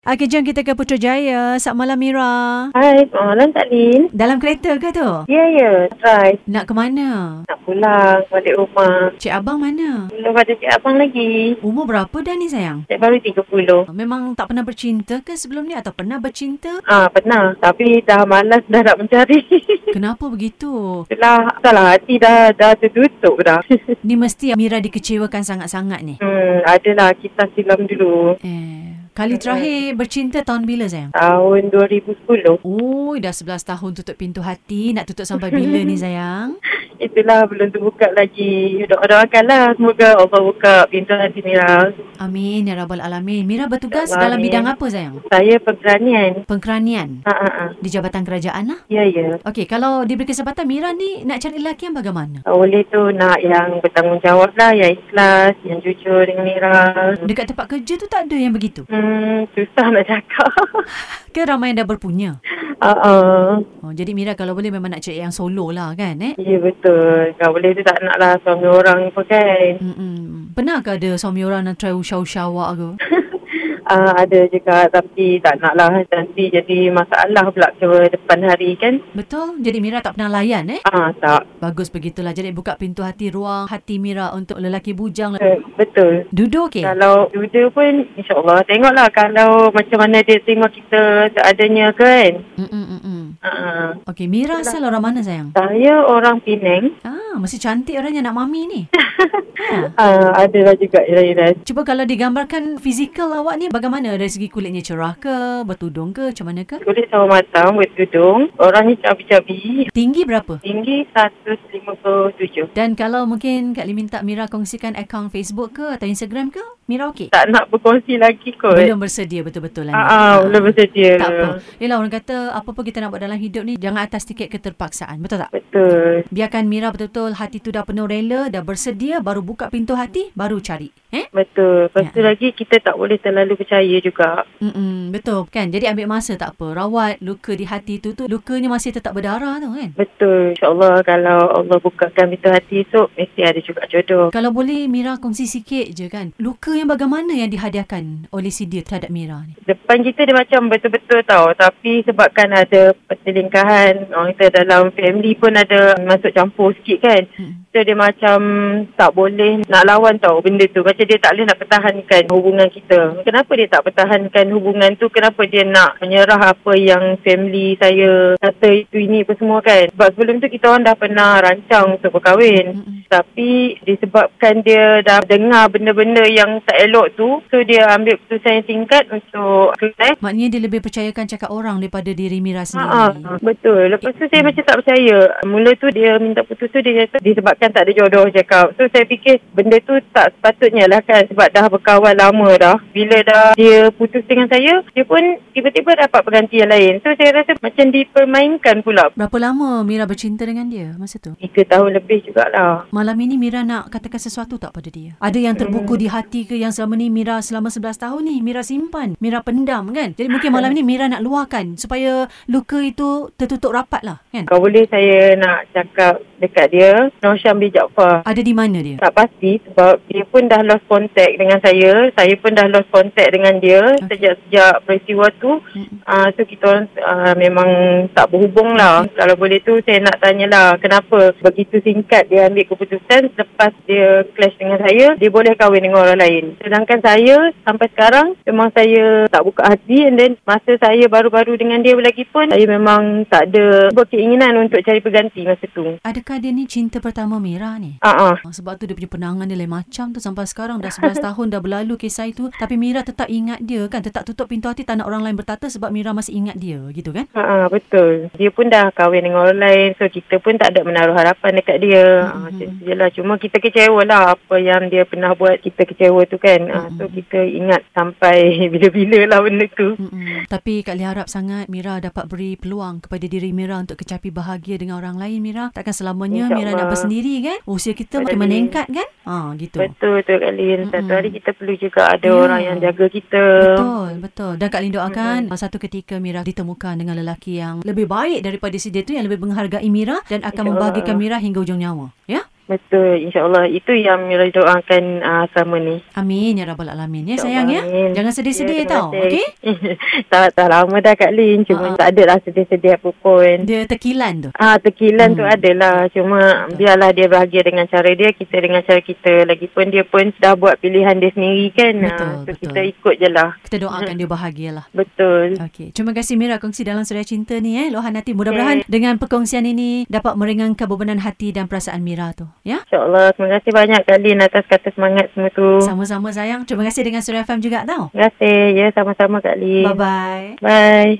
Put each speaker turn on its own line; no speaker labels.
Okey, jom kita ke Putrajaya. Selamat malam, Mira.
Hai, malam Kak Lin.
Dalam kereta ke tu?
Ya, ya. Try.
Nak ke mana?
Nak pulang balik rumah.
Cik Abang mana?
Belum ada cik abang lagi.
Umur berapa dah ni, sayang?
Cik baru 30.
Memang tak pernah bercinta ke sebelum ni atau pernah bercinta?
Ah, pernah. Tapi dah malas dah nak mencari.
Kenapa begitu?
Itulah, salah hati dah, dah tertutup dah.
Ni mesti Mira dikecewakan sangat-sangat ni.
hmm, adalah kita silam dulu.
Eh, kali terakhir bercinta tahun bila, sayang?
Tahun 2010.
Oh, dah 11 tahun tutup pintu hati. Nak tutup sampai bila ni, sayang?
Itulah, belum terbuka lagi. Doakanlah semoga Allah buka pintu hati lah. Mira.
Amin, Ya Rabbal Alamin. Mira bertugas
Amin.
dalam bidang apa, sayang?
Saya pemberanian.
Pengkeranian.
Ha, ha, ha.
Di Jabatan Kerajaan lah.
Ya, ya.
Okey, kalau diberi kesempatan Mira ni nak cari lelaki yang bagaimana?
Ah, Oleh tu nak yang bertanggungjawab lah, yang ikhlas, yang jujur dengan Mira.
Dekat tempat kerja tu tak ada yang begitu.
Hmm, susah nak cakap.
Ke ramai yang dah berpunya.
Ah, uh-uh.
Oh, jadi Mira kalau boleh memang nak cari yang solo lah kan eh?
ya betul. Kalau boleh tu tak nak lah suami orang pun kan.
Mm-mm. Pernah ke ada suami orang nak try ushaw-ushawak ke?
Ah, ada juga tapi tak nak lah nanti jadi masalah pula ke depan hari kan.
Betul? Jadi Mira tak pernah layan eh?
Ah, tak.
Bagus begitulah. Jadi buka pintu hati ruang hati Mira untuk lelaki bujang.
Eh, betul.
Duduk okey?
Kalau duda pun insyaAllah tengoklah kalau macam mana dia terima kita seadanya kan.
Mm-mm-mm.
Ah,
Okey, Mira asal orang mana sayang?
saya orang Penang.
Ah, mesti cantik orangnya nak mami ni. ha.
Ah, adalah juga Ira-Ira.
Cuba kalau digambarkan fizikal awak ni bagaimana dari segi kulitnya cerah ke, bertudung ke, macam mana ke?
Kulit sama matang, bertudung. Orang ni cabi-cabi.
Tinggi berapa?
Tinggi 157.
Dan kalau mungkin Kak Lee minta Mira kongsikan akaun Facebook ke atau Instagram ke, Mira okey?
Tak nak berkongsi lagi kot.
Belum bersedia betul-betul lah. ni.
Oh, Ah, ah, belum bersedia.
Tak apa. Yelah orang kata apa-apa kita nak buat dalam hidup ni jangan atas tiket keterpaksaan. Betul tak?
Betul.
Biarkan Mira betul-betul hati tu dah penuh rela, dah bersedia, baru buka pintu hati, baru cari. Eh?
Betul. Lepas tu
Ya.
lagi kita tak boleh terlalu percaya juga.
Mm-mm, betul kan? Jadi ambil masa tak apa. Rawat luka di hati tu tu lukanya masih tetap berdarah tu kan?
Betul. InsyaAllah kalau Allah bukakan pintu hati esok, mesti ada juga jodoh.
Kalau boleh Mira kongsi sikit je kan. Luka yang bagaimana yang dihadiahkan oleh si dia terhadap Mira ni?
Depan kita dia macam betul-betul tau. Tapi sebabkan ada perselingkahan, orang kita dalam family pun ada masuk campur sikit kan.
Hmm.
So dia macam tak boleh nak lawan tau benda tu. Macam dia tak boleh nak pertahankan hubungan kita. Kenapa dia tak pertahankan hubungan tu? Kenapa dia nak menyerah apa yang family saya kata itu ini apa semua kan? Sebab sebelum tu kita orang dah pernah rancang untuk berkahwin.
Mm-mm.
Tapi disebabkan dia dah dengar benda-benda yang tak elok tu, so dia ambil keputusan yang singkat untuk kelas.
Maknanya dia lebih percayakan cakap orang daripada diri Mira
Ha,
sendiri.
betul. Lepas tu saya macam tak percaya. Mula tu dia minta putus tu dia kata disebabkan tak ada jodoh cakap. So saya fikir benda tu tak sepatutnya lah kan sebab dah berkawan lama dah. Bila dah dia putus dengan saya, dia pun tiba-tiba dapat pengganti yang lain. So saya rasa macam dipermainkan pula.
Berapa lama Mira bercinta dengan dia masa tu?
Tiga tahun lebih jugalah.
Malam ini Mira nak katakan sesuatu tak pada dia? Ada yang terbuku di hati ke yang selama ni Mira selama 11 tahun ni Mira simpan, Mira pendam kan? Jadi mungkin malam ni Mira nak luahkan supaya luka itu tertutup rapat lah kan?
Kalau boleh saya nak cakap dekat dia, Nosham bin Jaafar.
Ada di mana dia?
Tak pasti sebab dia pun dah lost contact dengan saya. Saya pun dah lost contact dengan dia
Okey.
sejak-sejak peristiwa tu.
Mm-mm.
Ah, so kita orang ah, memang tak berhubung lah. Kalau boleh tu saya nak tanyalah kenapa begitu singkat dia ambil keputusan lepas dia clash dengan saya, dia boleh kahwin dengan orang lain. Sedangkan saya sampai sekarang memang saya tak buka hati and then masa saya baru-baru dengan dia lagi pun saya memang tak ada berkeinginan untuk cari pengganti masa tu.
Adakah dia ni cinta pertama Mira ni?
Ah ah.
Ah, Sebab tu dia punya penangan dia lain macam tu sampai sekarang dah 11 tahun dah berlalu kisah itu tapi Mira tetap ingat dia kan tetap tutup pintu hati tak nak orang lain bertata sebab Mira masih ingat dia gitu kan
Ha, betul. Dia pun dah kahwin dengan orang lain. So, kita pun tak ada menaruh harapan dekat dia.
Hmm.
Ha, macam tu je lah. Cuma kita kecewa lah apa yang dia pernah
Hmm.
buat. Kita kecewa tu kan. Ha, so, kita ingat sampai bila-bila lah benda tu.
Mm-mm. Tapi Kak Lia harap sangat Mira dapat beri peluang kepada diri Mira untuk kecapi bahagia dengan orang lain Mira. Takkan selamanya
Insya
Mira nak
Allah.
bersendiri kan? Usia kita makin
Betul.
meningkat kan? Ha gitu.
Betul tu Kak Lin. Satu
Mm-mm.
hari kita perlu juga ada
Hmm. Ya.
orang yang jaga kita.
Betul, betul. Dan Kak Lin doakan mm-hmm. satu ketika Mira ditemukan dengan lelaki yang lebih baik daripada si dia tu yang lebih menghargai Mira dan akan
InsyaAllah.
membahagikan Mira hingga ujung nyawa. Ya?
Betul. InsyaAllah. Itu yang Mira doakan uh, sama ni.
Amin ya rabbal alamin. Ya
InsyaAllah,
sayang ya.
amin.
Jangan sedih-sedih
Ya, terima
tau.
kasih.
Okey? Ah,
tak, tak lama dah Kak Lin. Cuma
Ha-ha.
tak adalah sedih-sedih apa pun.
Dia tekilan tu.
Ah tekilan tu
Hmm.
adalah cuma
Betul.
biarlah dia bahagia dengan cara dia kita dengan cara kita lagipun dia pun dah buat pilihan dia sendiri kan
Betul,
ah so
betul.
kita ikut je lah
Kita doakan dia bahagialah.
betul
Okey, terima kasih Mira kongsi dalam Suria Cinta ni eh. Lohan hati mudah-mudahan dengan perkongsian ini dapat meringankan bebanan hati dan perasaan Mira tu, ya.
insyaallah terima kasih banyak Kak Lin atas kata semangat semua tu
Sama-sama sayang. Terima kasih dengan Suria FM juga tau.
terima kasih ya sama-sama Kak Lin
Bye bye.
bye